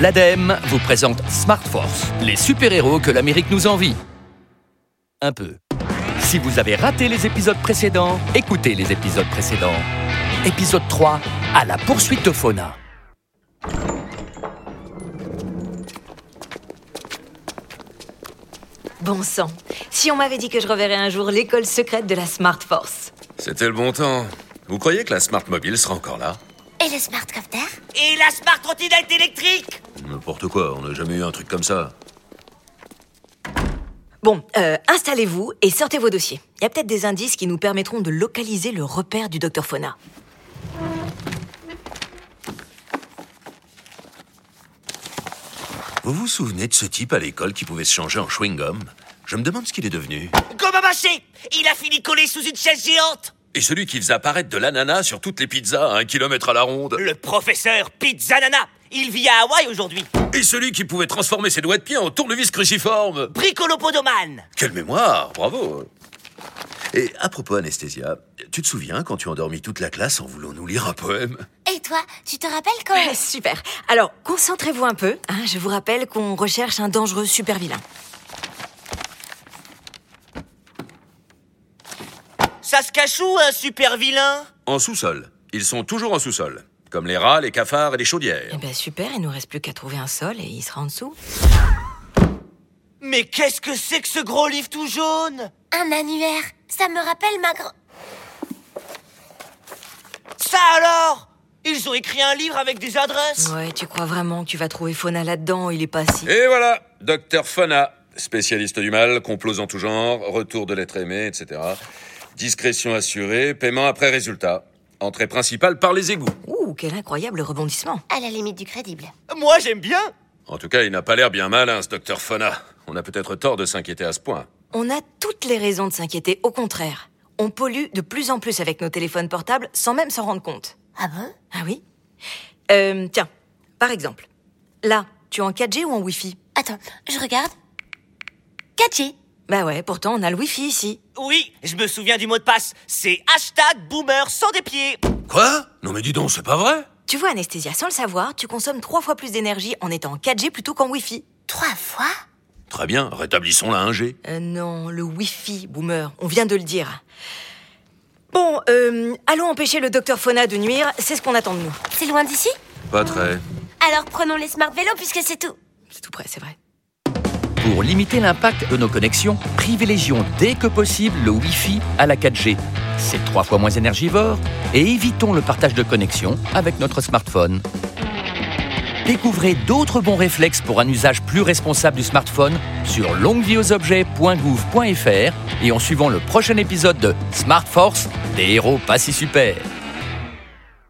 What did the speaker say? l'ADEME E vous présente Smart Force, les super-héros que l'Amérique nous envie. Un peu. Si vous avez raté les épisodes précédents, écoutez les épisodes précédents. Épisode 3, à la poursuite de Fauna. Bon sang, si on m'avait dit que je reverrais un jour l'école secrète de la Smart Force. C'était le bon temps. Vous croyez que la Smart Mobile sera encore là Et le smartcopter Et la smart trottinette électrique N'importe quoi, on n'a jamais eu un truc comme ça. Bon, euh, installez-vous et sortez vos dossiers. Il y a peut-être des indices qui nous permettront de localiser le repère du docteur Fauna. Vous vous souvenez de ce type à l'école qui pouvait se changer en chewing-gum Je me demande ce qu'il est devenu. Gomme à mâcher Il a fini collé sous une chaise géante Et celui qui faisait apparaître de l'ananas sur toutes les pizzas à un kilomètre à la ronde Le professeur Pizza Nana Il vit à Hawaï aujourd'hui Et celui qui pouvait transformer ses doigts de pied en tournevis cruciforme Bricolopodomane Quelle mémoire Bravo Et à propos, Anesthésia, tu te souviens quand tu endormis toute la classe en voulant nous lire un poème Et toi, tu te rappelles quand Ouais, Super. Alors, concentrez-vous un peu. hein. je vous rappelle qu'on recherche un dangereux super vilain. Ça se cache où un super vilain En sous-sol. Ils sont toujours en sous-sol. Comme les rats, les cafards et les Eh chaudières. ben super, il nous reste plus qu'à trouver un sol et il sera en dessous. Mais qu'est-ce que c'est que ce gros livre tout jaune Un annuaire, ça me rappelle ma grand... Ça alors Ils ont écrit un livre avec des adresses Ouais, tu crois vraiment que tu vas trouver Fauna là-dedans Il est pas si. Et voilà, docteur Fana, spécialiste du mal, complot en tout genre, retour de l'être aimé, etc. Discrétion assurée, paiement après résultat. Entrée principale par les égouts. Ouh, quel incroyable rebondissement. À la limite du crédible. Moi j'aime bien En tout cas, il n'a pas l'air bien malin, ce docteur Fana. On a peut-être tort de s'inquiéter à ce point. On a toutes les raisons de s'inquiéter, au contraire. On pollue de plus en plus avec nos téléphones portables sans même s'en rendre compte. Ah bon Ah oui Euh, Tiens, par exemple, là, tu es en 4G ou en Wi-Fi Attends, je regarde. 4G. Bah ouais, pourtant on a le Wi-Fi ici. Oui, je me souviens du mot de passe. C'est hashtag boomer sans des pieds. Quoi Non mais dis donc, c'est pas vrai Tu vois, Anesthésia, sans le savoir, tu consommes trois fois plus d'énergie en étant en 4G plutôt qu'en Wi-Fi. Trois fois Très bien, rétablissons la 1G. Euh, non, le Wi-Fi, boomer, on vient de le dire. Bon, euh, allons empêcher le docteur Fauna de nuire, c'est ce qu'on attend de nous. C'est loin d'ici Pas très. Alors prenons les smart vélos puisque c'est tout. C'est tout près, c'est vrai. Pour limiter l'impact de nos connexions, privilégions dès que possible le Wi-Fi à la 4G. C'est trois fois moins énergivore et évitons le partage de connexions avec notre smartphone. Découvrez d'autres bons réflexes pour un usage plus responsable du smartphone sur longuevieauxobjets.gouv.fr et en suivant le prochain épisode de Smart Force, des héros pas si super.